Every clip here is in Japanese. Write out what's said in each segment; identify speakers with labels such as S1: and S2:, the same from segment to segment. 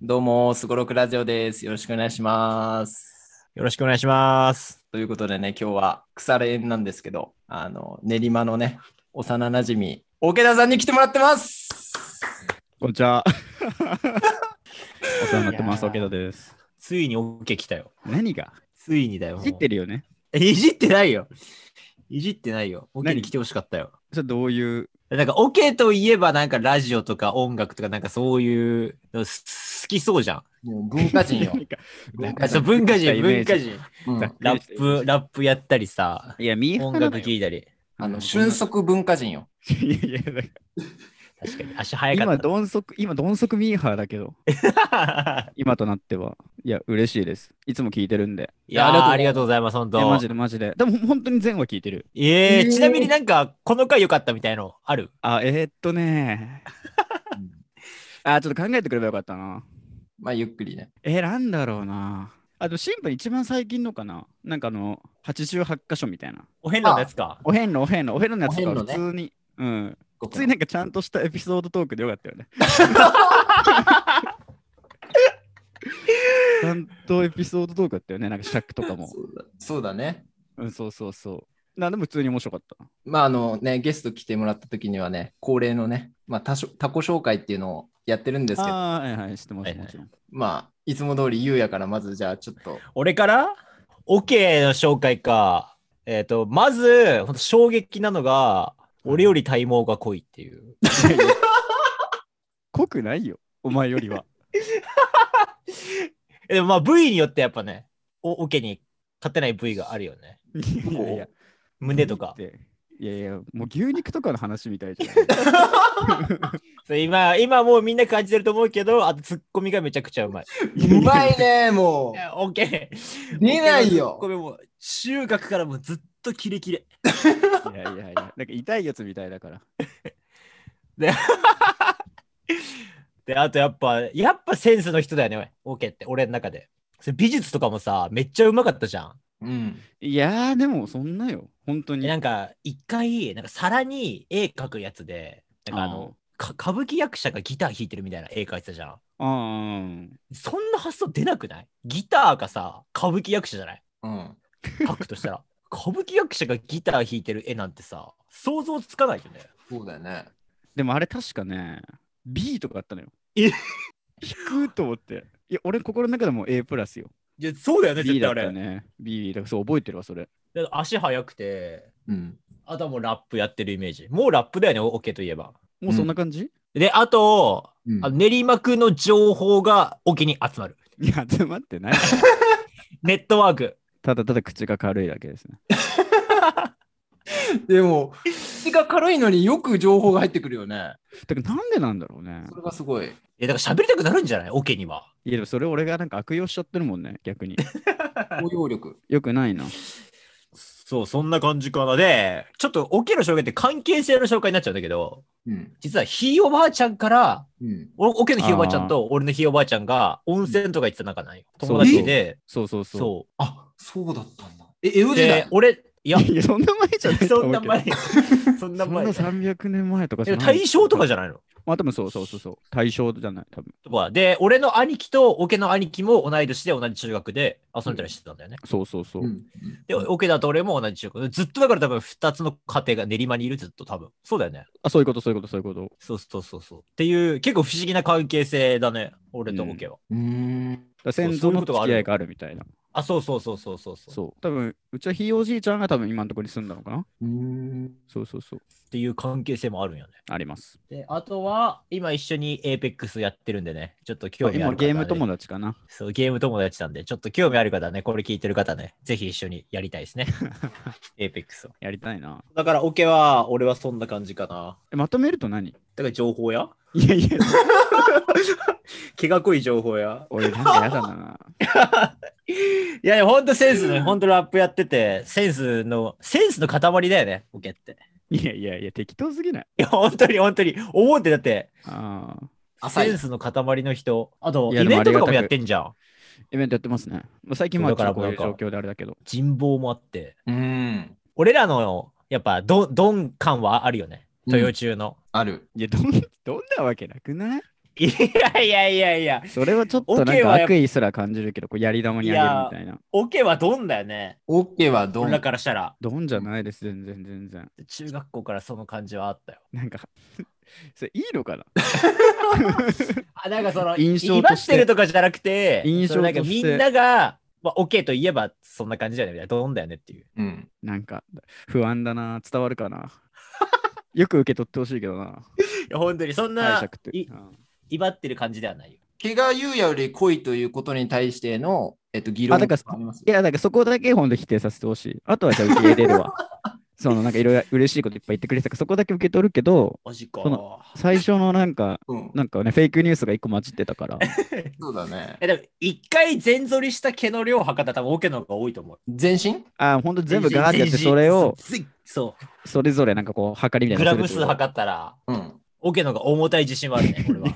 S1: どうも、すごろくラジオです。よろしくお願いします。
S2: よろしくお願いします。
S1: ということでね、今日は腐れ縁なんですけど、あの、練馬のね、幼なじみ、桶田さんに来てもらってます。
S3: こんにちは。お世話になってま
S2: い
S3: す、
S2: やー
S3: オケドです。
S2: ついに OK 来たよ。
S3: 何が
S2: ついにだよ。もう
S3: 知ってるよね。
S2: えいじってないよ。いじってないよ。OK
S3: 何
S2: に来てほしかったよ。
S3: それどういう。
S2: なんか OK といえばなんかラジオとか音楽とかなんかそういうのす好きそうじゃん。
S1: もう文化人 よ。
S3: 何か
S1: 文
S2: あ
S1: 化
S2: そう
S1: 人。
S2: 文化人、
S3: イメ
S2: 文
S3: ージ
S2: 化人。
S1: うん
S3: ざっく
S2: ラ
S3: りした
S2: ップ、ラップやったりさ、
S3: いや、ミーハー
S2: 音
S3: なのよ
S2: 楽聴いたり。
S1: あの、瞬。足文化人よ。
S3: いやいや、だか
S2: 確かに足
S3: ら
S2: 早か
S3: 今、
S2: った
S3: どん足、今、どん足ミーハーだけど、
S2: な。
S3: 今となっては。いや、嬉しいです。いつも聞いてるんで。
S2: いやー、ありがとうございます、本
S3: いや、マ
S2: 当
S3: ジ。でマジで。でも、本当に全話聞いてる。
S2: え
S1: えー
S2: ー、ちなみになんか、この回良かったみたいのある
S3: あ、えー、っとねあ、ちょっと考えてくればよかったな。
S1: まあ、ゆっくりね。
S3: えー、なんだろうな。あと、シンプルに一番最近のかな。なんかあの、88箇所みたいな。
S2: お遍路のやつか。
S3: お遍路、お遍路、お遍路のやつ
S1: お
S3: が
S1: 遍路
S3: 普
S1: ね
S3: 通に。うん。
S1: 普
S3: 普通になんかちゃんとしたエピソードトークでよかったよ ね。ちゃんとエピソードトークだったよね、なんか尺とかも。
S1: そうだそうだね。
S3: うん、そうそうそう。なんでも普通に面白かった。
S1: まあ、あのね、ゲスト来てもらった時にはね、恒例のね、まあ、他所他己紹介っていうのをやってるんですけど、
S3: ああ、はいはい、知ってます、
S2: はいはい
S3: もちろん。
S1: まあ、いつも通り優やから、まずじゃあ、ちょっと、
S2: 俺からオケの紹介か。えっ、と、まず、ほんと衝撃なのが、俺より体毛が濃いっていう。
S3: 濃くないよ、お前より は。
S2: えでもまあ部位によってやっぱね、おオケに勝てない部位があるよね。
S3: いやいやいや、
S2: 胸とか
S3: っ。ていやいや、もう牛肉とかの話みたいじゃん。
S2: そう今、今もうみんな感じてると思うけど、あとツッコミがめちゃくちゃうまい。
S1: うまいね、も
S2: いやオケ。
S1: う。出ないよ
S2: オ。ケのツッコミも中学からもうずっとキレキレ。
S3: いやいやいや、なんか痛いやつみたいだから。
S2: で、あとやっぱ、やっぱセンスの人だよね、オケって、俺の中で。それ美術とかもさ、めっちゃうまかったじゃん。
S1: うん。
S3: いやー、でもそんなよ、本当に。
S2: えなんか一回なんか皿に絵描くやつでなんかあのか歌舞伎役者がギター弾いてるみたいな絵描いてたじゃん
S3: あーうん。
S2: そんな発想出なくないギターがさ歌舞伎役者じゃない
S1: うん。
S2: 描くとしたら 歌舞伎役者がギター弾いてる絵なんてさ想像つかないよね
S1: そうだよね。
S3: でもあれ確かね、B とかあったのよ。
S2: え
S3: 低くと思って。いや、俺心の中でも A プラスよ。
S2: いやそうだよ
S3: B だったね。B だからそう覚えてるわ、それ。
S2: だから足速くて
S1: うん。
S2: あとはもうラップやってるイメージもうラップだよねオケといえば
S3: もうそんな感じ、
S2: であと、
S1: うん
S2: あの練馬区の情報がオケに集まる
S3: いや、集まってない。
S2: ネットワーク
S3: ただただ口が軽いだけですね。
S1: でも、口が軽いのによく情報が入ってくるよね。
S3: だからなんでなんだろうね
S1: そ。れがすごい。
S2: えだから喋りたくなるんじゃないオケにはい
S3: や、でもそれ俺がなんか悪用しちゃってるもんね、逆に。
S1: 応用力。
S3: よくないな。
S2: そう、そんな感じかな。で、ちょっとオケの紹介って関係性の紹介になっちゃうんだけど、
S1: うん。
S2: 実はひいおばあちゃんから、
S1: うん。
S2: おオケのひいおばあちゃんと俺のひいおばあちゃんが温泉とか行ってた仲ないよ。
S3: そう
S2: 友達で、
S3: そうそうそう。
S2: そ
S1: あ、そうだったんだ。え、江戸
S2: う。
S1: 時
S2: で
S1: 代、
S2: 俺、いや、
S3: いや、そんな前じゃないと
S2: そん
S3: 思うけ
S2: な
S3: ど
S2: 前、そんな
S3: そんな
S2: 前。
S3: 300年前とかじ
S2: で
S3: ゃ
S2: も
S3: ない。
S2: 大正とかじゃないの
S3: まあ、多分そうそうそうそう。大正じゃない、多分。
S2: とかで、俺の兄貴とオケの兄貴も同い年で同じ中学で遊んでたりしてたんだよね。
S3: そうそうそう。
S1: うん。
S2: で、オケだと俺も同じ中学。ずっとだから多分2つの家庭が練馬にいる、ずっと多分。そうだよね。
S3: あ、そういうこと、そういうこと、そういうこと。
S2: そうそうそうそう。っていう、結構不思議な関係性だね、俺とオケは。
S1: うーん。
S3: だから先
S2: そ
S3: 祖
S2: ういう
S3: の
S2: こと
S3: 付
S2: がある
S3: き合いがあるみたいな。
S2: あ、そうそうそうそうそうそう。
S3: そう。多分うちはひいおじいちゃんが多分今のところに住んだのかな
S1: うーん。
S3: そうそうそう。
S2: っていう関係性もあるんよね。
S3: あります。
S2: で、あとは、今一緒に APEX やってるんでね、ちょっと興味あ
S3: 今
S2: る方、ね。
S3: ゲーム友達かな。
S2: そう、ゲーム友達なんで、ちょっと興味ある方ね、これ聞いてる方ね、ぜひ一緒にやりたいで すね。APEX を。
S3: やりたいな。
S2: だから、オケは、俺はそんな感じかな。
S3: えまとめると何
S2: だから、情報や
S3: いやいや、
S2: 気が濃い情報や。
S3: 俺なんかやだな。
S2: いやいや、ほんとセンスね、ほんとラップやってて、センスの、センスの塊だよね、オケって。
S3: いやいやいや、適当すぎない。
S2: いや、本当に本当に、思ってだって、
S3: ああ。
S1: 浅
S2: セ
S1: い
S2: ン。スの塊の人。あと、
S3: いや
S2: イ
S3: でも
S2: ベントとかも
S3: ありがたく
S2: やってんじゃん。
S3: イベントやってますね。まあ、最近ま
S2: そう
S3: あ
S2: だ
S3: ち
S2: か
S3: ょっと
S2: ら
S3: こういう状
S2: なんか
S3: 況であれだけど。
S2: 人望もあって。
S1: うん。
S2: 俺らの、やっぱ、ど鈍感はあるよ
S1: う
S2: ね。
S1: ん
S2: 豊中の。
S1: ある。
S3: いや、どんどんなわけなくない
S2: いやいやいやいや、
S3: それはちょっとなん
S2: OK
S3: か
S2: はやっぱ
S3: 悪意すら感じるけど、こうやり玉にあげるみたいな。
S2: オケはドンだよね。
S1: オッケーはど
S2: 俺ら
S1: ん
S2: からしたら。
S3: ドンじゃないです、全然全然。
S2: 中学校からその感じはあったよ。
S3: なんか、 それいいのかな
S2: あなんかその、
S3: 印
S2: 印
S3: 象
S2: 象
S3: と
S2: と
S3: し
S2: しててるとかじゃなくて、
S3: 印象
S2: そのなんか
S3: とし
S2: み
S3: て
S2: んなが、まあ、オケといえばそんな感じだよねみたいな。ドンだよねっていう。
S1: うん。
S3: なんか不安だな、伝わるか な。よく受け取ってほしいけどな、
S2: いや、本当にそ
S3: 解
S2: んな
S3: 釈って。
S2: い
S3: うん
S2: 威張ってる感じではないよ。
S1: 毛が言うより濃いということに対しての、えっと、議
S3: あ
S1: 論
S3: だから
S1: あります
S3: いや、だからそこだけ本当否定させてほしい。あとはじゃあ受け入れるわ。そのなんかいろいろ嬉しいこといっぱい言ってくれてたから、そこだけ受け取るけど、
S2: おしっ
S3: そ
S2: こ。
S3: 最初のなんか、
S1: うん、
S3: なんかね、フェイクニュースが一個混じってたから。
S1: そうだね。
S2: えでも、一回全剃りした毛の量を測ったら多分オケの方が多いと思う。
S1: 全身
S3: あ、ほんと全部ガーってやって、それを、
S2: 全身。そ
S3: それぞれなんかこう、測り
S2: う。
S3: みた
S2: グ
S3: いなの
S2: ラム
S3: する
S2: 数
S3: ってこと
S2: 測ったら、
S1: うん。
S2: オケの方が重たい自信はあるね、俺は。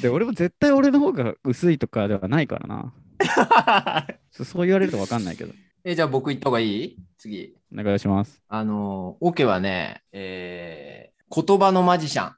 S3: で、俺も絶対俺の方が薄いとかではないからな。 そそう言われるとわかんないけど。
S1: え、じゃあ僕行った方がいい次。
S3: お願いします。
S1: あの、オケはね、えー、言葉のマジシャン。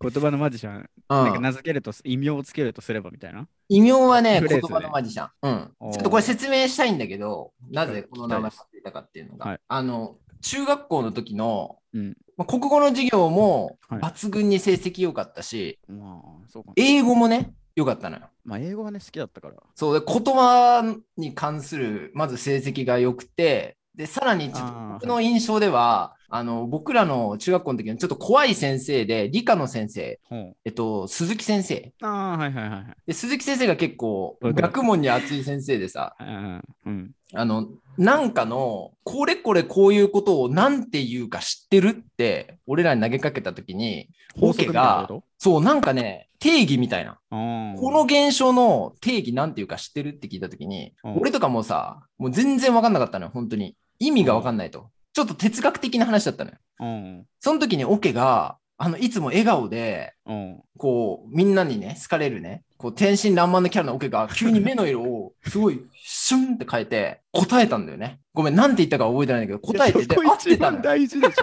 S3: 言葉のマジシャン、なん
S1: う
S3: か
S1: ん、
S3: 名付けると、異名をつけるとすればみたいな。
S1: 異名はね、
S3: フレ
S1: 言
S3: ーズね
S1: 葉のマジシャン。う
S3: お
S1: ん。
S3: ー
S1: ちょっとこれ説明したいんだけど、なぜこの名前
S3: 聞き
S1: がついたかっていうのが、
S3: はい
S1: あの、中学校の時の、
S3: うん。
S1: まあ、国語の授業も
S3: はい
S1: 抜群に成績良かったし、
S3: まあ、そうか。
S1: 英語もね、良かったのよ。
S3: まあ、英語がね、好きだったから。
S1: そうで言葉に関するまず成績が良くてでさらにちょっと
S3: あー
S1: 僕の印象ではあの僕らの中学校の時のちょっと怖い先生で理科の先生、
S3: ほ
S1: えっと、鈴木先生
S3: う。ああ、はいはいはいはい。
S1: で鈴木先生が結構
S3: わかる
S1: 学問に熱い先生でさ
S3: あーうん。
S1: あのなんかのこれこれこういうことをなんて言うか知ってるって俺らに投げかけた時に
S3: 法
S1: 法
S3: 則
S1: 家
S3: みたいな
S1: が
S3: こと
S1: そうなんかね定義みたいなこの
S3: こ
S1: 現象の定義なんていうか知ってるって聞いたときに、
S3: うん
S1: 俺とかもうさ、もう全然わかんなかったのよ、本当に。意味がわかんないと。ちょっと哲学的な話だったのよ。
S3: の、
S1: その時にオケが、あの、いつも笑顔で、
S3: うんうん
S1: こう、みんなにね、好かれるね、こう、天真爛漫なキャラのオケが、急に目の色 を、すごい、シュンって変えて、答えたんだよね。ごめん、なんて言ったか覚えてないんだけど、答えて
S3: い
S1: て、
S3: や
S1: で
S3: そ
S1: 合
S3: こ
S1: って
S3: 一
S1: たの
S3: 番
S1: よ。
S3: 大事でし ょ。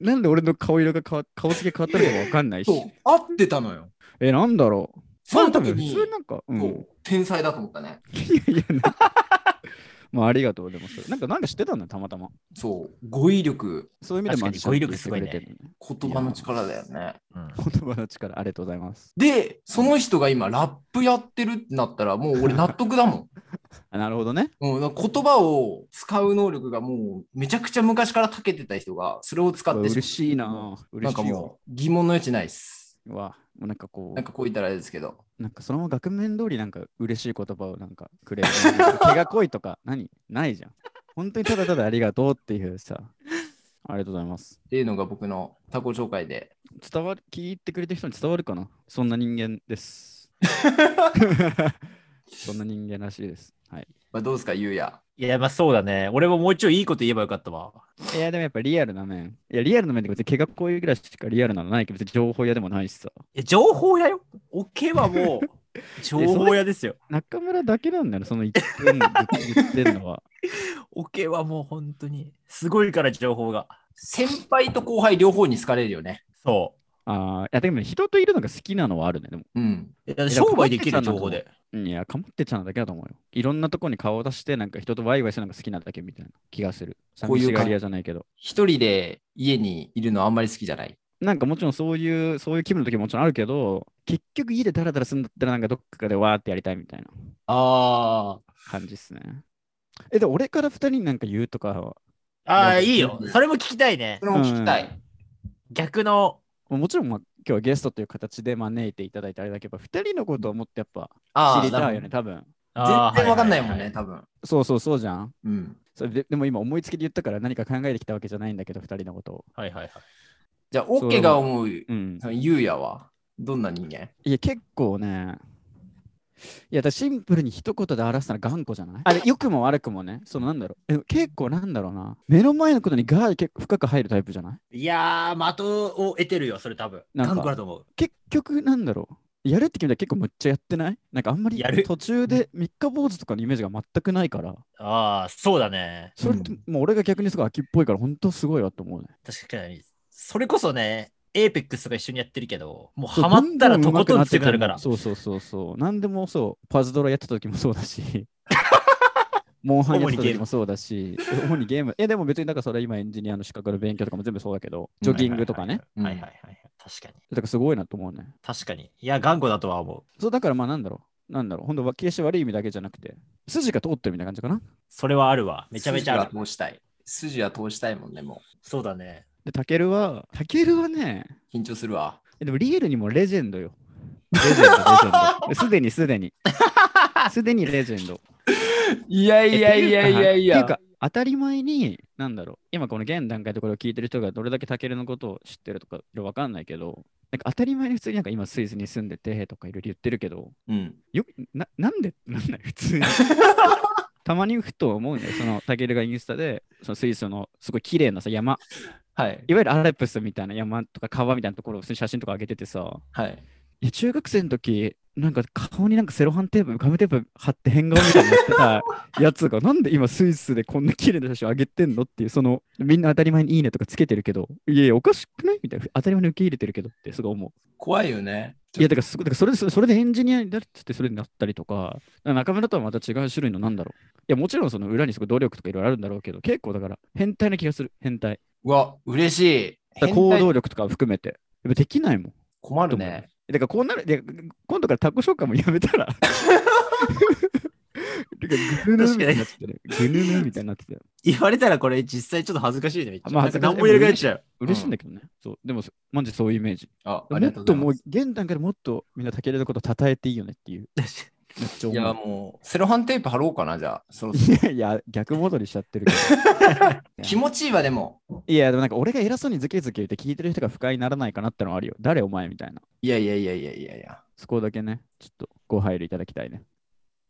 S3: なんで俺の顔色が変わ顔つきが変わったのかわかんない
S1: そ
S3: し
S1: う。、合ってたのよ。
S3: え、なんだろう。
S1: その
S3: まあ多
S1: 時
S3: 分
S1: に
S3: 普、通なんか、うん、
S1: こう、天才だと思ったね。
S3: いやいやなんか まあありがとう、でもそれ。なんか、なんか知ってたんだよ、たまたま。
S1: そう、語彙力、
S3: そういう意味で
S2: 確かに
S3: マジシャンって
S2: 語彙力すごいね
S3: 言ってくれてる
S1: 言葉の力だよね。
S2: うん
S3: の言葉の力、ありがとうございます。
S1: で、その人が今、ラップやってるってなったら、もう俺納得だも
S3: あなるほどね。
S1: ん。うん、だから言葉を使う能力がもうめちゃくちゃ昔から長けてた人がそれを使って
S3: 嬉
S1: い
S3: しいなぁ。
S1: な
S3: 嬉
S1: んか
S3: しいわ。
S1: もう疑問の余地ないっす。
S3: うわもうなんかこう
S1: なんかこう言ったらあれですけど。
S3: なんかそのまま額面通りなんか嬉しい言葉をなんかくれる。なんか毛が濃いとか 何ないじゃん。本当にただただありがとうっていうさ。ありがとうございます。
S1: っていうのが僕の他己紹介で。
S3: 伝わる、聞いてくれた人に伝わるかなそんな人間です。そんな人間らしいです。はい。
S1: まあ、どうですか、ゆうや。
S2: いや、まあそうだね。俺ももうちょいいいこと言えばよかったわ。
S3: いや、でもやっぱリアルな面。いや、リアルな面って別に毛が濃いぐらいしかリアルなのないけど、別に情報屋でもないしさ。
S2: いや情報屋よ。オケはもう、 情報屋ですよ。
S3: 中村だけなんだよね、その一点言ってるのは。
S2: オケはもう本当に、すごいから情報が。
S1: 先輩と後輩両方に好かれるよね。
S2: そ
S3: ああ、いや、でも人といるのが好きなのはあるね、でも。
S1: うん。
S2: う。いや商売できる情報
S3: い
S2: で。
S3: いや、かもってちゃんだけだと思うよ。いろんなとこに顔を出して、なんか人とワイワイするのが好きなだけみたいな気がする。
S1: こう
S3: 寂
S1: いう感じ
S3: しがり屋じゃないけど。
S1: 一人で家にいるのあんまり好きじゃない。
S3: なんかもちろんそういう、そういう気分の時ももちろんあるけど、結局家でダラダラするんだったらなんかどっかでわーってやりたいみたいな
S1: ああ。
S3: 感じっすね。え、で、俺から二人になんか言うとかは、
S2: あ
S1: な
S2: あ、
S1: んか
S2: いいよ。それも聞きたいね
S1: そ。れも聞きたい。
S3: うん
S2: 逆の、
S3: もちろんまあ今日はゲストという形で招いていただいてあれだけど、二人のことをもっとやっぱ
S1: ああ、
S3: 知りたい
S1: な
S3: よ
S1: る
S3: ね、多分。
S1: ほど
S2: あー
S1: 全然わかんないもんね、。
S2: はは
S1: 多分。
S3: そうそうそうじゃん。
S1: うん。
S3: それででも今思いつきで言ったから何か考えてきたわけじゃないんだけど、二人のことを。
S2: はいはいはい。
S1: じゃあ、オッケーが思う
S3: うん。
S1: ゆうやはどんな人間
S3: いや、結構ね。いや、だからシンプルに一言で表すなら頑固じゃないあれ、良くも悪くもね。そのなんだろう。え結構なんだろうな。目の前のことにガーで結構深く入るタイプじゃない
S2: いやー、的を得てるよ、それ多分。
S3: なんか
S2: 頑固だと思う。
S3: 結局なんだろう。やるって決めたら結構むっちゃやってないなんかあんまり
S2: やる
S3: 途中で三日坊主とかのイメージが全くないから、
S2: ああ、そうだね。
S3: それってもう俺が逆にすごい秋っぽいから本当すごいわと思うね。
S2: 確かに。それこそね、エーペックスとか一緒にやってるけど、もう
S3: そう
S2: ハマったらとこ
S3: ど
S2: と
S3: んどん上
S2: ん
S3: 手
S2: 強
S3: く
S2: くなるから。
S3: そうそうそうそう。何でもそう。パズドラやってた時もそうだ し。モンハンやってた時もそうだし。主にゲーム。え、でも別にだからそれは今エンジニアの資格の勉強とかも全部そうだけど、ジョギングとかね。
S2: はいはいはいはい。確かに。
S3: だからすごいなと思うね。
S2: 確かに。いや、頑固だとは思う。
S3: そうだからまあなんだろう。なんだろう。本当は決して悪い意味だけじゃなくて、筋が通ってるみたいな感じかな。
S2: それはあるわ。めちゃめちゃある。
S1: 筋は通したい。筋は通したいもんね、も
S2: そうだね。
S3: で、タケルは、タケルはね、
S1: う。緊張するわ。
S3: えでもリエルにもレジェンド よ。レジェンド、レジェンド。すでにすでに。すでにレジェンド。
S1: いやいやいやいやい
S3: っていう
S1: や。
S3: か、当たり前に、なんだろう、今この現段階でこれを聞いてる人がどれだけタケルのことを知ってるとかわかんないけど、なんか当たり前に普通になんか今スイスに住んでてとかいろいろ言ってるけど、
S1: うん。
S3: よななんでってなんない普 通に。たまにふと思うんだよ、そのタケルがインスタで、そのスイスのすごい綺麗なさ山、
S1: はい。
S3: いわゆるアルプスみたいな山とか川みたいなところを普通に写真とか上げててさ、
S1: はい。
S3: いや中学生の時なんか顔になんかセロハンテープ、ガムテープ貼って変顔みたいになってたやつが、なんで今スイスでこんな綺麗な写真上げてんのっていう、その、みんな当たり前にいいねとかつけてるけど、いやいや、おかしくないみたいな、当たり前に受け入れてるけどってすごい思
S1: 怖いよね。
S3: う。いや、だからすごい、だからそれで、それそれでエンジニアになるっつってそれになったりとか、だから中村とはまた違う種類のなんだろう。いや、もちろんその裏にすごい努力とかいろいろあるんだろうけど、結構だから変態な気がする、変態。
S1: うわ、嬉しい。
S3: だから行動力とかを含めて。やっぱできないもん。
S1: 困る
S3: と思い
S1: ね
S3: ま。だからこうなる、で今度からタコ紹介もやめたら。なんかグヌヌみたいになってたね。グヌヌみたいになってたよ。
S2: 言われたらこれ実際ちょっと恥ずかしいね。めっちゃ
S3: まあ
S2: なんか何も言えるかちゃう。
S3: 嬉しいんだけどね。そうでも、そマジそういうイメージ。
S1: あ、ありが
S3: もっ
S1: とう
S3: とも
S1: ご
S3: う
S1: ざい、
S3: 現段階でもっとみんなタケルのこと称えていいよねっていう。めっちゃ
S1: ます。いや、
S3: 思。
S1: もう、セロハンテープ貼ろうかな、じゃあ。そろそう
S3: い やいや、逆戻りしちゃってるけ
S1: ろ気持ちいいわ、でも。
S3: ど。いや、でもなんか俺が偉そうにズケズケ言って聞いてる人が不快にならないかなってのはあるよ。誰お前みたいな。
S1: いやいやいやいやいやいや。
S3: そこだけね、ちょっとご配慮いただきたいね。